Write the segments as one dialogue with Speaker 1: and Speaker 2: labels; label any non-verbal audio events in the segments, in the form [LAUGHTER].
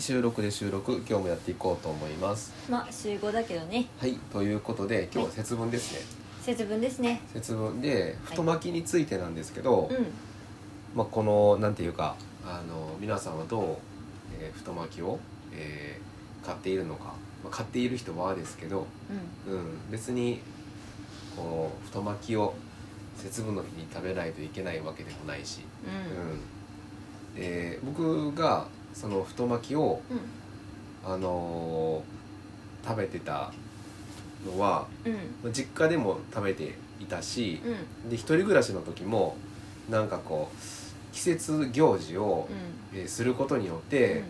Speaker 1: 収録で収録今日もやっていこうと思います
Speaker 2: まあ週5だけどね
Speaker 1: はいということで今日は節分ですね、
Speaker 2: 節分ですね
Speaker 1: 節分で太巻きについてなんですけど、
Speaker 2: うん
Speaker 1: まあ、このなんていうかあの皆さんはどう、えー太巻きを、えー買っているのか、まあ、買っている人はですけど、うん、別にこう太巻きを節分の日に食べないといけないわけでもないし、
Speaker 2: う
Speaker 1: うん
Speaker 2: ん
Speaker 1: で僕がその太巻きを、
Speaker 2: うん
Speaker 1: あのー食べてたのは
Speaker 2: うんうん
Speaker 1: まあ実家でも食べていたし、
Speaker 2: うん
Speaker 1: で一人暮らしの時もなんかこう季節行事を、えーすることによって、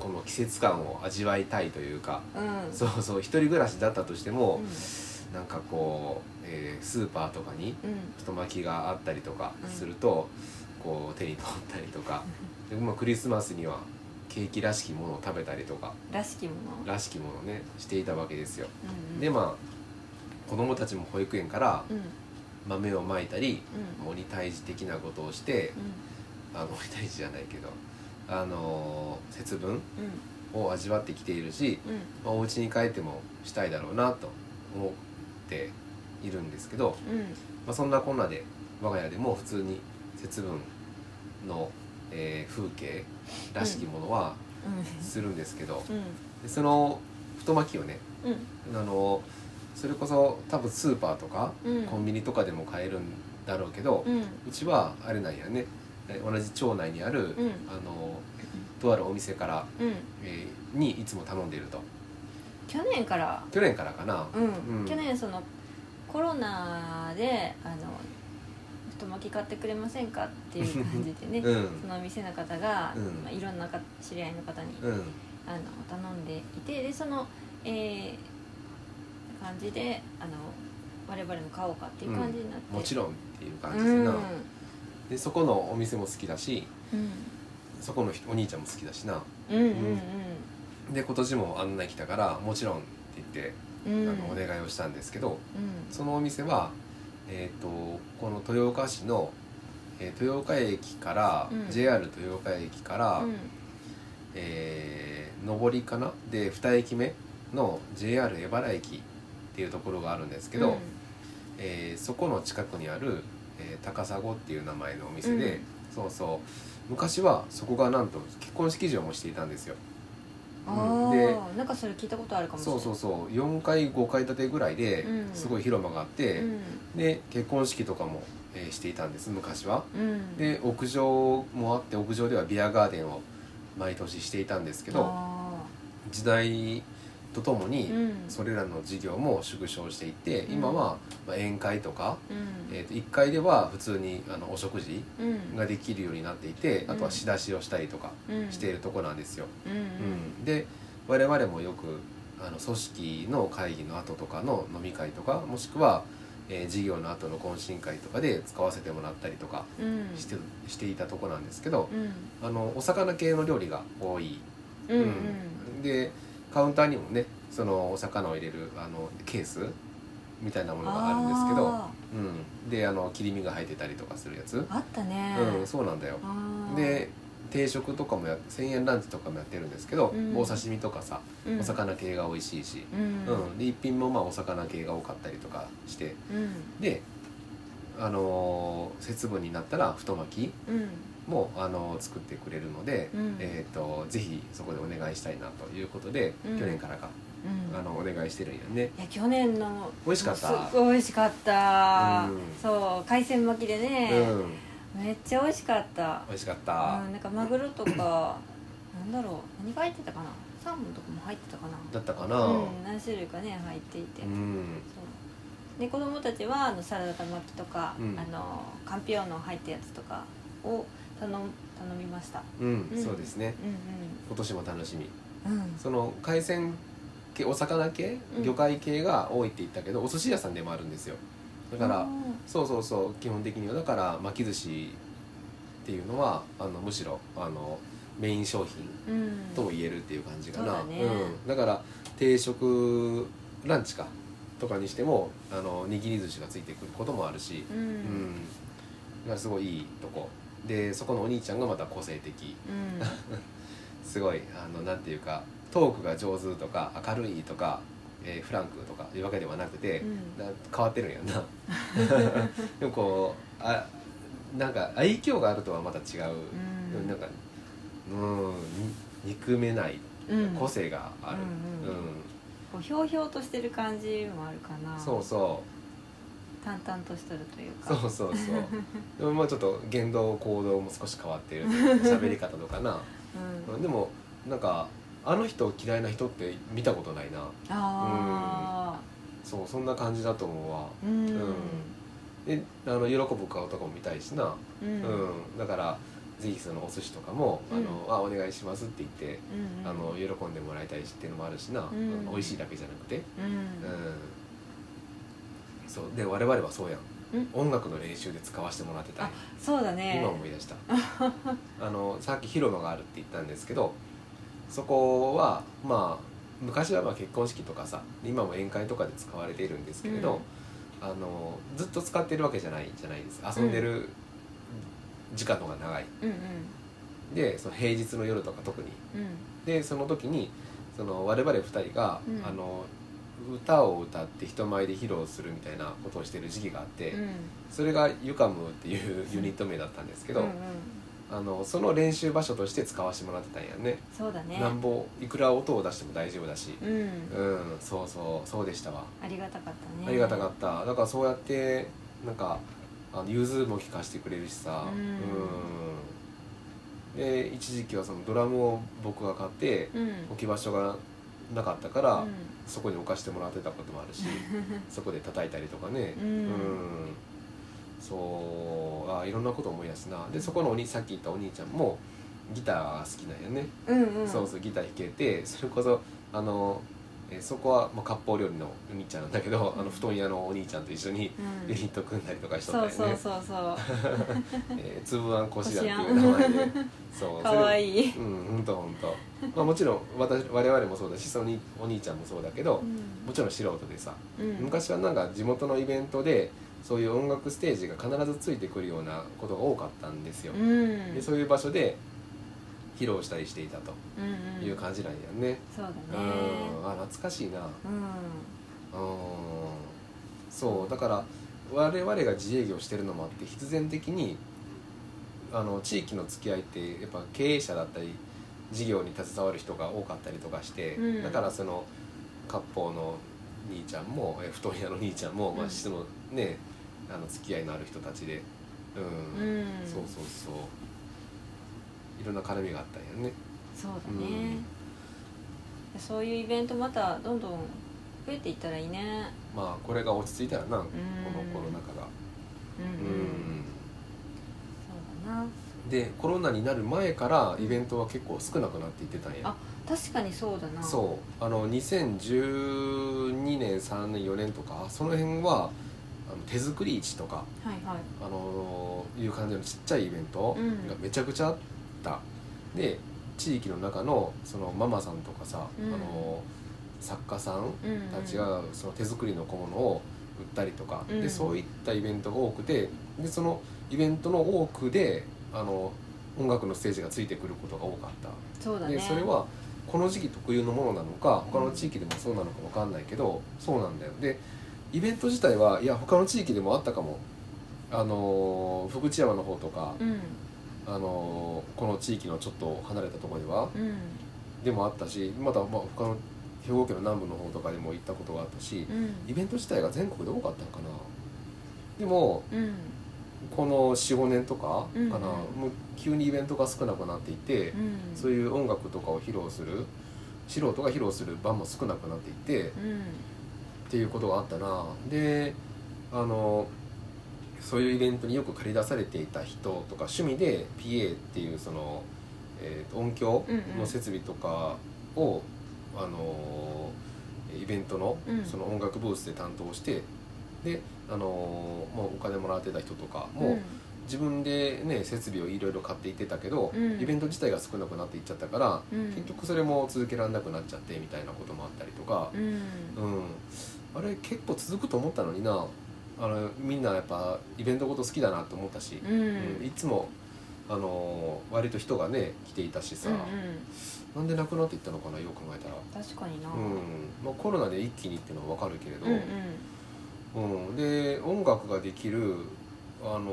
Speaker 1: この季節感を味わいたいというか、
Speaker 2: うんうん
Speaker 1: そうそう一人暮らしだったとしても
Speaker 2: う、ん
Speaker 1: なんかこう、えースーパーとかに
Speaker 2: うん
Speaker 1: 太巻きがあったりとかすると、こう手に取ったりとか、でまあ、クリスマスにはケーキらしきものを食べたりとから
Speaker 2: しきもの
Speaker 1: らしきものをねしていたわけですよ。
Speaker 2: うんうん
Speaker 1: でまあ子供たちも保育園から
Speaker 2: うんうん
Speaker 1: 豆をまいたり鬼退治的なことをしてあの鬼退治じゃないけど、あのー節分
Speaker 2: うんうん
Speaker 1: を味わってきているし、
Speaker 2: うん
Speaker 1: まあ、お家に帰ってもしたいだろうなと思っているんですけど、
Speaker 2: うん
Speaker 1: まあ、そんなこんなで我が家でも普通に節分の、えー風景らしきものはするんですけど、
Speaker 2: うん
Speaker 1: でその太巻きをね
Speaker 2: うん
Speaker 1: あのそれこそ多分スーパーとか、
Speaker 2: うん
Speaker 1: コンビニとかでも買えるんだろうけど、
Speaker 2: うんうん
Speaker 1: うちはあれなんやねえ同じ町内にある、
Speaker 2: うん
Speaker 1: あのとあるお店から、
Speaker 2: うん
Speaker 1: えーにいつも頼んでいると
Speaker 2: 去年から
Speaker 1: 去年からかな、
Speaker 2: うん
Speaker 1: うん
Speaker 2: 去年そのコロナであの太巻き買ってくれませんかっていう感じでね、
Speaker 1: うん
Speaker 2: そのお店の方が、
Speaker 1: うん
Speaker 2: まあ、いろんなか知り合いの方に、
Speaker 1: うん
Speaker 2: あの頼んでいてでその、えー感じであの我々も買おうかっていう感じになって、
Speaker 1: もち
Speaker 2: ろん
Speaker 1: ろんっていう感じでな、
Speaker 2: うん
Speaker 1: でそこのお店も好きだし
Speaker 2: うん
Speaker 1: そこの人お兄ちゃんも好きだしな
Speaker 2: うん
Speaker 1: で今年も案内来たからもちろんって言って、
Speaker 2: うんうん
Speaker 1: あのお願いをしたんですけど、
Speaker 2: うん
Speaker 1: そのお店は、えー、とこの豊岡市の、えー豊岡駅から、
Speaker 2: うん
Speaker 1: JR 豊岡駅から、
Speaker 2: うん
Speaker 1: えー上りかなで2駅目の JR 荏原駅っていうところがあるんですけど、えーそこの近くにある、えー高砂っていう名前のお店で、そうそう昔はそこがなんと結婚式場もしていたんですよ。
Speaker 2: うん、あ
Speaker 1: うんで
Speaker 2: あなんかそれ聞いたことあるかもし
Speaker 1: そ
Speaker 2: れ
Speaker 1: う
Speaker 2: ない
Speaker 1: そうそう4階5階建てぐらいで
Speaker 2: うん
Speaker 1: すごい広間があって、
Speaker 2: うん
Speaker 1: で結婚式とかも、えーしていたんです昔は
Speaker 2: うん、
Speaker 1: で屋上もあって屋上ではビアガーデンを毎年していたんですけど
Speaker 2: あ
Speaker 1: 時代ととも
Speaker 2: ー
Speaker 1: に
Speaker 2: うん、
Speaker 1: それらの事業も縮小していって、
Speaker 2: うん
Speaker 1: 今はまあ宴会とか、
Speaker 2: うん
Speaker 1: えー、と1階では普通にあのお食事
Speaker 2: うん
Speaker 1: ができるようになっていてあとは仕出しをしたりとか
Speaker 2: うん
Speaker 1: しているとこなんですよ。
Speaker 2: うんうん
Speaker 1: うん、で我々もよくあの組織の会議の後とかの飲み会とかもしくは、えー事業の後の懇親会とかで使わせてもらったりとか
Speaker 2: うん
Speaker 1: して,、していたとこなんですけど
Speaker 2: うん
Speaker 1: あのお魚系の料理が多い、
Speaker 2: うん
Speaker 1: うんでカウンターにもねそのお魚を入れるあのケースみたいなものがあるんですけど、
Speaker 2: あ
Speaker 1: うん、であの切り身が入ってたりとかするやつ、
Speaker 2: ーあったね、
Speaker 1: うん、そうなんだよ。
Speaker 2: あー
Speaker 1: で定食とかもや1,000円ランチとかもやってるんですけど、
Speaker 2: うん
Speaker 1: お刺身とかさ
Speaker 2: うん
Speaker 1: お魚系が美味しいし、
Speaker 2: うん
Speaker 1: うんで一品もまあお魚系が多かったりとかして
Speaker 2: うん
Speaker 1: で、あのー節分になったら太巻き
Speaker 2: うん
Speaker 1: も、あのー作ってくれるので、
Speaker 2: うん
Speaker 1: えー、とぜひそこでお願いしたいなということで、
Speaker 2: うん
Speaker 1: 去年からか
Speaker 2: うん
Speaker 1: あのお願いしてるんやね。
Speaker 2: いや去年の
Speaker 1: 美味しかった
Speaker 2: すっごい美味しかった、
Speaker 1: うん
Speaker 2: そう海鮮巻きでね、
Speaker 1: うん、
Speaker 2: めっちゃ美味しかった
Speaker 1: 美味しかっ
Speaker 2: う
Speaker 1: た、
Speaker 2: ん、なんかマグロとかなんだろう何が入ってたかなサーモンとかも入ってたか
Speaker 1: だったか
Speaker 2: な
Speaker 1: な、
Speaker 2: うん何種類かね入っていて、
Speaker 1: うん
Speaker 2: そうで子供たちはあのサラダ巻きとか、
Speaker 1: うん
Speaker 2: あのかんぴょうの入ったやつとかを頼む頼みました
Speaker 1: うん
Speaker 2: うん
Speaker 1: そうですね
Speaker 2: うん
Speaker 1: 今年も楽しみ
Speaker 2: うんうん
Speaker 1: その海鮮系お魚系、
Speaker 2: うん
Speaker 1: 魚介系が多いって言ったけどお寿司屋さんでもあるんですよだから、そうそうそう基本的にはだから巻き寿司っていうのはあのむしろあのメイン商品
Speaker 2: うん
Speaker 1: とも言えるっていう感じか
Speaker 2: そう
Speaker 1: な、
Speaker 2: だね
Speaker 1: んだから定食ランチかとかにしてもあの握り寿司がついてくることもあるし、
Speaker 2: う
Speaker 1: うん
Speaker 2: ん
Speaker 1: だからすごいいいとこでそこのお兄ちゃんがまた個性的
Speaker 2: うん
Speaker 1: すすごいあのなんていうかトークが上手とか明るいとか、えーフランクとかいうわけではなくて、
Speaker 2: うん
Speaker 1: な変わってるんやんな [LAUGHS] でもこうあなんか愛嬌があるとはまた違う、
Speaker 2: うん
Speaker 1: なんかうんに憎めない
Speaker 2: うん
Speaker 1: 個性がある、
Speaker 2: うんうんこうひょうひょうとしてる感じもあるかな
Speaker 1: そうそ
Speaker 2: 淡々としとるという
Speaker 1: うそ
Speaker 2: か
Speaker 1: うそうそう
Speaker 2: [LAUGHS]
Speaker 1: でもまあちょっと言動行動も少し変わ
Speaker 2: [LAUGHS]
Speaker 1: ってるというか喋り方とかな、
Speaker 2: うん
Speaker 1: うんでもなんかあの人嫌いな人って見たことないな
Speaker 2: あ
Speaker 1: そうそんな感じだと思うわ
Speaker 2: あうん
Speaker 1: んであの喜ぶ顔とかも見たいしな、う
Speaker 2: う
Speaker 1: ん
Speaker 2: ん
Speaker 1: だからぜひそのお寿司とかも「あのあお願いします」って言って、
Speaker 2: うん
Speaker 1: あの喜んでもらいたいしっていうのもあるしな、
Speaker 2: ん
Speaker 1: あの美味しいだけじゃなくて、
Speaker 2: うん
Speaker 1: うん、そうで我々はそうやん
Speaker 2: うん
Speaker 1: 音楽の練習で使わせてもらってたんや
Speaker 2: そうだね
Speaker 1: 今思い出した [LAUGHS] あのさっき広場があるって言ったんですけどそこはまあ昔はまあ結婚式とかさ今も宴会とかで使われているんですけれど、あのずっと使ってるわけじゃないじゃないですか遊んでる時間の方が長い、
Speaker 2: うん
Speaker 1: でその平日の夜とか特に
Speaker 2: うんうん
Speaker 1: でその時にその我々2人が、
Speaker 2: うん
Speaker 1: あの歌を歌って人前で披露するみたいなことをしてる時期があって、
Speaker 2: うん
Speaker 1: それが「ユカム」っていうユニット名だったんですけど、
Speaker 2: うんうん
Speaker 1: あのその練習場所として使わせてもらってたんやね
Speaker 2: そうだね
Speaker 1: なんぼいくら音を出しても大丈夫だし
Speaker 2: うん
Speaker 1: うん、そうそうそうでしたわ、
Speaker 2: ありがたかったね
Speaker 1: ありがたかっただからそうやってなんかあの融通も聞かせてくれるしさ
Speaker 2: うん
Speaker 1: うんで一時期はそのドラムを僕が買って
Speaker 2: うん
Speaker 1: 置き場所がなかったから、
Speaker 2: うん
Speaker 1: そこに置かしてもらってたこともあ
Speaker 2: [LAUGHS]
Speaker 1: るしそこで叩いたりとかね
Speaker 2: うん
Speaker 1: そうあいろんなこと思い出すなでそこのお兄さっき言ったお兄ちゃんもギターが好きなんよね、
Speaker 2: うんうん
Speaker 1: そうそうギター弾けてそれこそあのえそこは、まあ、割烹料理のお兄ちゃんなんだけど、
Speaker 2: うん
Speaker 1: あの布団屋のお兄ちゃんと一緒に
Speaker 2: うん
Speaker 1: ユニット組んだりとかしとった
Speaker 2: そ
Speaker 1: よ
Speaker 2: う
Speaker 1: ね
Speaker 2: そうそ
Speaker 1: [LAUGHS]
Speaker 2: うそう
Speaker 1: えーつぶあんこしあんっていう名前で [LAUGHS] そう
Speaker 2: かわ
Speaker 1: い
Speaker 2: いい
Speaker 1: うんほんとほんと、まあ、もちろん私我々もそうだしそのにお兄ちゃんもそうだけど、もちろん素人でさ
Speaker 2: うん
Speaker 1: 昔はなんか地元のイベントでそういう音楽ステージが必ずついてくるようなことが多かったんですよ、
Speaker 2: うん
Speaker 1: でそういう場所で披露したりしていたと
Speaker 2: うんう
Speaker 1: い
Speaker 2: ん
Speaker 1: う感じなんやね、
Speaker 2: そう
Speaker 1: う
Speaker 2: だね
Speaker 1: んあ懐かしいなうん
Speaker 2: う
Speaker 1: そうだから我々が自営業してるのもあって必然的にあの地域の付き合いってやっぱ経営者だったり事業に携わる人が多かったりとかして、
Speaker 2: うん
Speaker 1: だからその割烹の兄ちゃんもえ布団屋の兄ちゃんも、ま
Speaker 2: う
Speaker 1: あ、
Speaker 2: ん
Speaker 1: そのねあの付き合いのある人たちで、うん
Speaker 2: んうん
Speaker 1: そうそうそういろんな絡みがあったんやね。
Speaker 2: そうだねそういうイベントまたどんどん増えていったらいいね
Speaker 1: まあこれが落ち着いたらな、このコロナ禍が。
Speaker 2: うんうんそうだな
Speaker 1: でコロナになる前からイベントは結構少なくなっていってたんや
Speaker 2: あ確かにそうだな
Speaker 1: そうあの2012年3年4年とかその辺はあの手作り市とか
Speaker 2: はいはい
Speaker 1: あのいう感じのちっちゃいイベント
Speaker 2: うん
Speaker 1: がめちゃくちゃあった、で地域の中のそのママさんとかさ、
Speaker 2: うん
Speaker 1: あの作家さん
Speaker 2: うんうん
Speaker 1: たちがその手作りの小物を売ったりとか、
Speaker 2: う
Speaker 1: で
Speaker 2: ん
Speaker 1: そういったイベントが多くてでそのイベントの多くであの音楽のステージがついてくることが多かった。
Speaker 2: そうだね
Speaker 1: でそれはこの時期特有のものなのか他の地域でもそうなのか分かんないけどそうなんだよでイベント自体はいや他の地域でもあったかもあのー福知山の方とか、
Speaker 2: うん
Speaker 1: あのーこの地域のちょっと離れたところでは
Speaker 2: うん
Speaker 1: でもあったしまたまあ他の兵庫県の南部の方とかでも行ったことがあったし
Speaker 2: うん
Speaker 1: イベント自体が全国で多かったのかなでも
Speaker 2: うん
Speaker 1: この45年とかかな、
Speaker 2: うん
Speaker 1: もう急にイベントが少なくなっていて、
Speaker 2: うん
Speaker 1: そういう音楽とかを披露する素人が披露する場も少なくなっていてっ
Speaker 2: うん
Speaker 1: ていうことがあったなであのそういうイベントによく駆り出されていた人とか趣味で PA っていうその、えー音響の設備とかを、あのイベントの
Speaker 2: うん
Speaker 1: その音楽ブースで担当してであのもうお金もらってた人とかも、自分でね設備をいろいろ買っていってたけど、
Speaker 2: うん
Speaker 1: イベント自体が少なくなっていっちゃったから、
Speaker 2: うんうん
Speaker 1: 結局それも続けられなくなっちゃってみたいなこともあったりとか
Speaker 2: う、ん
Speaker 1: うんあれ結構続くと思ったのになあのみんなやっぱイベントごと好きだなと思ったし、
Speaker 2: うん
Speaker 1: うんいつもあのー割と人がね来ていたしさ、
Speaker 2: うんうん
Speaker 1: なんでなくなっていったのかなよく考えたら、
Speaker 2: 確かにな、
Speaker 1: うんまあ、コロナで一気にっていうのは分かるけれど、
Speaker 2: うんうん
Speaker 1: うん、で音楽ができるあの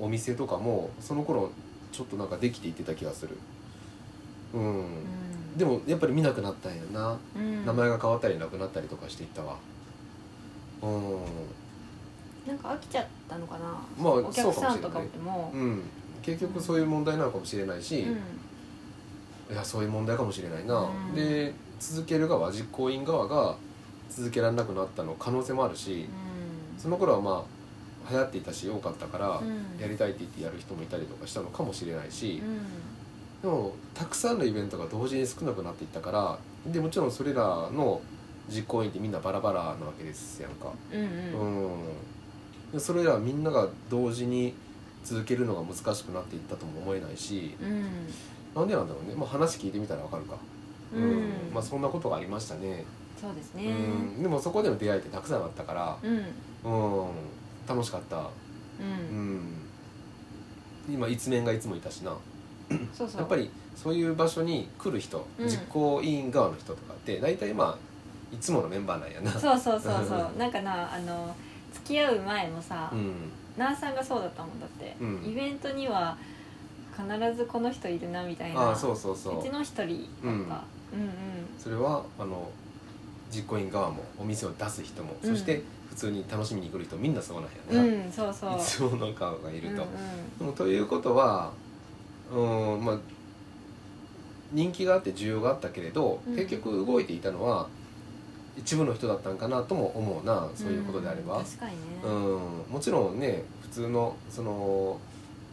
Speaker 1: お店とかもその頃ちょっとなんかできていってた気がする、うん
Speaker 2: うん
Speaker 1: でもやっぱり見なくなったんやな、
Speaker 2: うん
Speaker 1: 名前が変わったりなくなったりとかしていったわうん
Speaker 2: なんか飽きちゃったのかな、
Speaker 1: まあ
Speaker 2: お客さん
Speaker 1: そ
Speaker 2: と
Speaker 1: うか
Speaker 2: か
Speaker 1: もし
Speaker 2: でも
Speaker 1: うん結局そういう問題なのかもしれないし、
Speaker 2: うん
Speaker 1: いやそういう問題かもしれないな、
Speaker 2: うん
Speaker 1: で続ける側実行委員側が続けられなくなったの可能性もあるし、その頃はまあ流行っていたし多かったから、
Speaker 2: うん
Speaker 1: やりたいって言ってやる人もいたりとかしたのかもしれないし
Speaker 2: う、ん
Speaker 1: でもたくさんのイベントが同時に少なくなっていったからでもちろんそれらの実行委員ってみんなバラバラなわけですやんか、
Speaker 2: うん
Speaker 1: う
Speaker 2: うん
Speaker 1: んでそれらみんなが同時に続けるのが難しくなっていったとも思えないし
Speaker 2: うん
Speaker 1: なんでなんだろうね、まあ、話聞いてみたらわかるか、
Speaker 2: うん
Speaker 1: まあ、そんなことがありましたね、
Speaker 2: そうです
Speaker 1: う
Speaker 2: ね
Speaker 1: ん、でもそこでの出会いってたくさんあったから、
Speaker 2: うんうん
Speaker 1: うん、楽しかった
Speaker 2: う、
Speaker 1: うんん、今一面がいつもいたしな
Speaker 2: そうそう
Speaker 1: やっぱりそういう場所に来る人、
Speaker 2: うん
Speaker 1: 実行委員側の人とかって大体まあいつものメンバーなんやな
Speaker 2: そうそうそうそううなんかなあの付き合う前もさ、
Speaker 1: ん
Speaker 2: ナーさんがそうだったもんだって、
Speaker 1: うん
Speaker 2: イベントには必ずこの人いるなみたいな
Speaker 1: ああそうそうそう
Speaker 2: ちの一人だった、うん、うん
Speaker 1: それはあの実行委員側もお店を出す人も、そして普通に楽しみに来る人みんなそうなんやな、い
Speaker 2: うんそうそう
Speaker 1: つもの顔がいると、
Speaker 2: うん
Speaker 1: でもということはうんまあ人気があって需要があったけれど、
Speaker 2: うん
Speaker 1: 結局動いていたのは一部の人だったんかなとも思うな
Speaker 2: うん
Speaker 1: そういうことであれば、
Speaker 2: 確かにね、
Speaker 1: うんもちろんね普通のその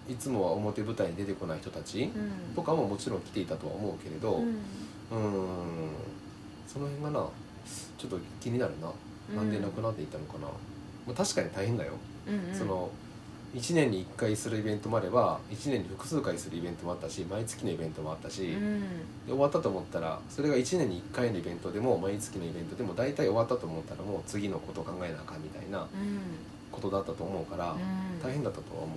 Speaker 1: いつもは表舞台に出てこない人たち
Speaker 2: うん
Speaker 1: とかももちろん来ていたとは思うけれど、うん、その辺がなちょっと気になるな、なんでなくなっていったのかな、まあ、確かに大変だよ
Speaker 2: うんうん
Speaker 1: その1年に1回するイベントもあれば1年に複数回するイベントもあったし毎月のイベントもあったし、
Speaker 2: う
Speaker 1: で
Speaker 2: ん
Speaker 1: 終わったと思ったらそれが1年に1回のイベントでも毎月のイベントでも大体終わったと思ったらもう次のことを考えなあかんみたいな
Speaker 2: うん
Speaker 1: ことだったと思うから、
Speaker 2: うん
Speaker 1: 大変だったとは思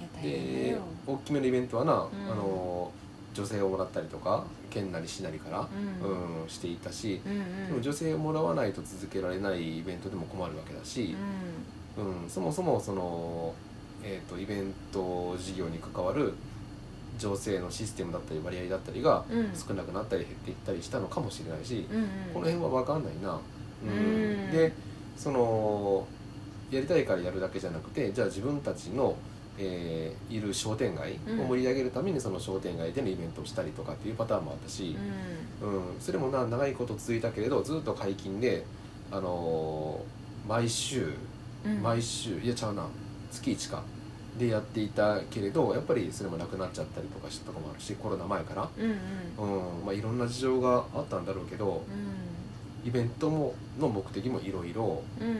Speaker 2: いや
Speaker 1: う。
Speaker 2: 大変だ
Speaker 1: で
Speaker 2: よ
Speaker 1: 大きめのイベントはな、
Speaker 2: ん
Speaker 1: あの女性をもらったりとか県なり市なりから、
Speaker 2: うん
Speaker 1: うんしていたし。
Speaker 2: うんうん
Speaker 1: でも女性をもらわないと続けられないイベントでも困るわけだし、うん、そもそもその、えー、とイベント事業に関わる女性のシステムだったり割合だったりが
Speaker 2: うんうん
Speaker 1: 少なくなったり減っていったりしたのかもしれないし、
Speaker 2: うん
Speaker 1: この辺は分かんないな。
Speaker 2: うん
Speaker 1: でそのやりたいからやるだけじゃなくてじゃあ自分たちの、えーいる商店街を盛り上げるためにその商店街でのイベントをしたりとかっていうパターンもあったし。
Speaker 2: うん
Speaker 1: うん、それもな長いこと続いたけれどずっと解禁で、あのー毎週
Speaker 2: うん
Speaker 1: 毎週いやちゃうな月1かでやっていたけれどやっぱりそれもなくなっちゃったりとかしたとかもあるしコロナ前から、
Speaker 2: うんうん
Speaker 1: うんまあ、いろんな事情があったんだろうけどイベントもの目的もいろいろ
Speaker 2: うんうん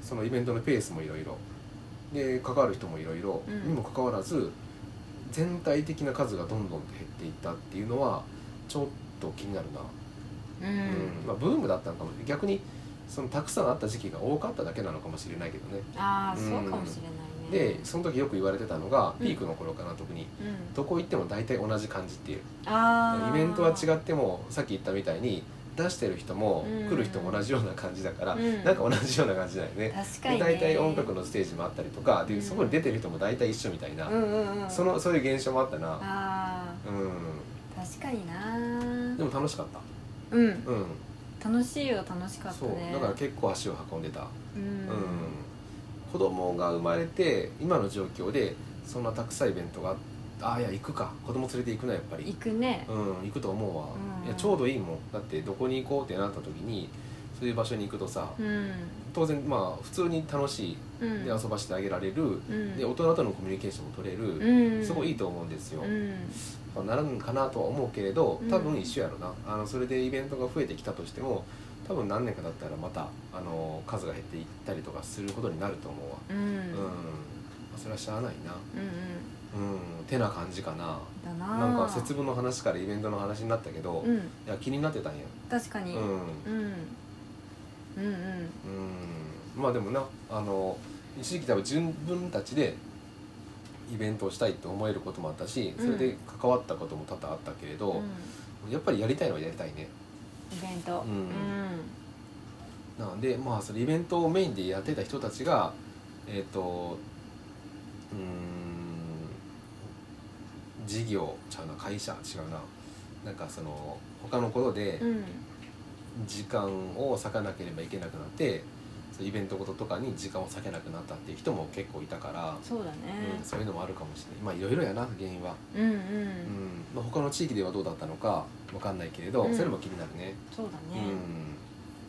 Speaker 1: そのイベントのペースもいろいろで関わる人もいろいろ
Speaker 2: うん
Speaker 1: にもかかわらず全体的な数がどんどんと減っていったっていうのはちょっと気になるな。
Speaker 2: うん
Speaker 1: うんまあ、ブームだったのかも逆にそのたくさんあった時期が多かっただけなのかもしれないけどね
Speaker 2: ああ
Speaker 1: うん
Speaker 2: そうかもしれないね
Speaker 1: でその時よく言われてたのが
Speaker 2: うん
Speaker 1: ピークの頃かな特に
Speaker 2: うん
Speaker 1: どこ行っても大体同じ感じっていう
Speaker 2: あ
Speaker 1: イ
Speaker 2: あ
Speaker 1: ベントは違ってもさっき言ったみたいに出してる人も
Speaker 2: うん
Speaker 1: 来る人も同じような感じだから、
Speaker 2: うん
Speaker 1: なんか同じような感じだよね
Speaker 2: 確か
Speaker 1: で
Speaker 2: にね
Speaker 1: 大体音楽のステージもあったりとか
Speaker 2: う
Speaker 1: で
Speaker 2: ん
Speaker 1: そこに出てる人も大体一緒みたいな、
Speaker 2: うんうんうん
Speaker 1: そのそういう現象もあったな
Speaker 2: あ
Speaker 1: うん
Speaker 2: あ確かにな
Speaker 1: でも楽しかった
Speaker 2: うん
Speaker 1: うん
Speaker 2: 楽しいよ楽しかった
Speaker 1: そう
Speaker 2: ね
Speaker 1: だから結構足を運んでた
Speaker 2: うん
Speaker 1: うん、子供が生まれて今の状況でそんなたくさんイベントがああいや行くか子供連れて行くなやっぱ
Speaker 2: 行
Speaker 1: り、
Speaker 2: くね
Speaker 1: うん、行くと思うわ、
Speaker 2: うん
Speaker 1: いやちょうどいいもんだってどこに行こうってなった時にそういう場所に行くとさ、
Speaker 2: うん
Speaker 1: 当然まあ普通に楽しい
Speaker 2: うん
Speaker 1: で遊ばしてあげられる、
Speaker 2: うん
Speaker 1: で大人とのコミュニケーションも取れる、
Speaker 2: うん
Speaker 1: すごいいいと思うんですよ、
Speaker 2: うん
Speaker 1: まあならんかなとは思うけれど多
Speaker 2: うん
Speaker 1: 分一緒やろな、あのそれでイベントが増えてきたとしても多分何年かだったらまたあの数が減っていったりとかすることになると思うわ
Speaker 2: うんうん
Speaker 1: うん、まあそれはしゃあないな
Speaker 2: うん
Speaker 1: うんてな感じかな
Speaker 2: だな
Speaker 1: なんか節分の話からイベントの話になったけど、い
Speaker 2: うん
Speaker 1: や気になってたんや
Speaker 2: 確かに
Speaker 1: うん、
Speaker 2: うんうんうん
Speaker 1: うん、まあでもなあの一時期多分自分たちでイベントをしたいって思えることもあったしそれで関わったことも多々あったけれど、やっぱりやりたいのはやりたいね
Speaker 2: イベント
Speaker 1: うんなのでまあそのイベントをメインでやってた人たちがえっ、とうーん事業ちゃうな会社違うななんかその他のことで
Speaker 2: うんうん
Speaker 1: 時間を割かなければいけなくなって、そうイベントごととかに時間を割けなくなったっていう人も結構いたから、
Speaker 2: そうだね
Speaker 1: うん、そういうのもあるかもしれないまあいろいろやな原因は、
Speaker 2: うんうん、
Speaker 1: うんまあ、他の地域ではどうだったのかわかんないけれど、
Speaker 2: うん
Speaker 1: それも気になるね。
Speaker 2: そうだ
Speaker 1: う
Speaker 2: ね
Speaker 1: ん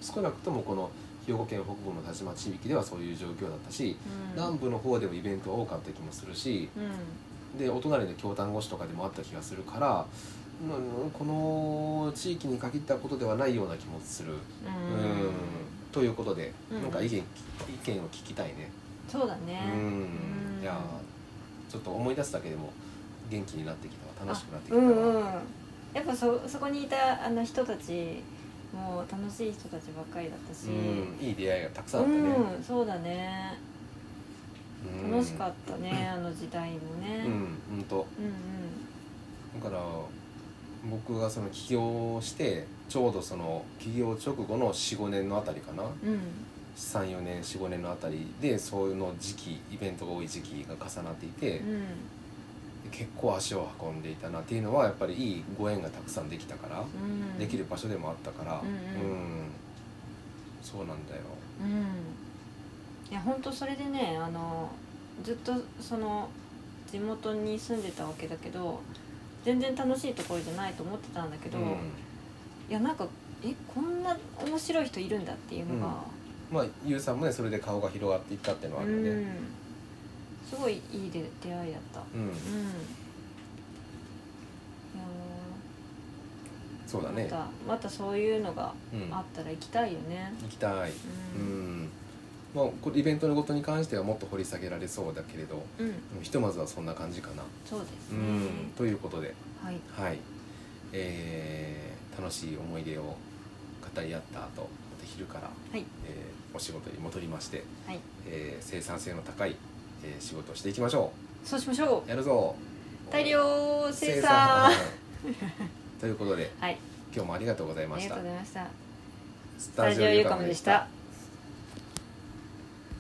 Speaker 1: 少なくともこの兵庫県北部の田島地域ではそういう状況だったし、
Speaker 2: うん
Speaker 1: 南部の方でもイベントは多かった気もするし
Speaker 2: うん
Speaker 1: でお隣の京丹後市とかでもあった気がするから、うんこの地域に限ったことではないような気もする。
Speaker 2: うん
Speaker 1: うんということで、
Speaker 2: うん
Speaker 1: なんか意見意見を聞きたいね。
Speaker 2: そうだね
Speaker 1: うん
Speaker 2: うん
Speaker 1: いやーちょっと思い出すだけでも元気になってきたわ楽しくなってき
Speaker 2: う
Speaker 1: たわ
Speaker 2: んうんやっぱそそこにいたあの人たちも楽しい人たちばっかりだったし、
Speaker 1: うんいい出会いがたくさんあったね。
Speaker 2: うんそうだね
Speaker 1: うん
Speaker 2: 楽しかったね、あの時代もね、
Speaker 1: うん、本当。
Speaker 2: うんうん
Speaker 1: だから僕がその起業してちょうどその起業直後の45年のあたりかな
Speaker 2: うん
Speaker 1: 34年45年のあたりでそういうの時期イベントが多い時期が重なっていて、
Speaker 2: うん
Speaker 1: 結構足を運んでいたなっていうのはやっぱりいいご縁がたくさんできたから、
Speaker 2: うん
Speaker 1: できる場所でもあったから、
Speaker 2: うんうん
Speaker 1: そうなんだよ。
Speaker 2: うんいや本当それでねあのずっとその地元に住んでたわけだけど全然楽しいところじゃないと思ってたんだけど、
Speaker 1: うん
Speaker 2: いやなんかえこんな面白い人いるんだっていうのが、
Speaker 1: まあゆうさんもねそれで顔が広がっていったっていうのはあるよね。
Speaker 2: うんすごいいいで出会いだった
Speaker 1: うん、
Speaker 2: うんいや
Speaker 1: そうだ
Speaker 2: ー
Speaker 1: ね。
Speaker 2: またまたそういうのが
Speaker 1: うん、
Speaker 2: あ
Speaker 1: 行
Speaker 2: ったら行きたいよね
Speaker 1: きたい。う
Speaker 2: う
Speaker 1: んんまあ、これイベントのことに関してはもっと掘り下げられそうだけれど
Speaker 2: うん、
Speaker 1: ひとまずはそんな感じかな。
Speaker 2: そうです
Speaker 1: う
Speaker 2: ね、
Speaker 1: ん、ということで、
Speaker 2: はい
Speaker 1: はいえー楽しい思い出を語り合った後また昼から、
Speaker 2: はい
Speaker 1: えーお仕事に戻りまして、
Speaker 2: はい
Speaker 1: えー生産性の高い、えー仕事をしていきましょ
Speaker 2: そうしましょ
Speaker 1: うやるぞ
Speaker 2: う大量生産
Speaker 1: [LAUGHS] ということで
Speaker 2: はい
Speaker 1: 今日もありがとうござい
Speaker 2: あ
Speaker 1: ま
Speaker 2: り
Speaker 1: し
Speaker 2: が
Speaker 1: た
Speaker 2: とうございました
Speaker 1: ス
Speaker 2: スタジオゆうかもでした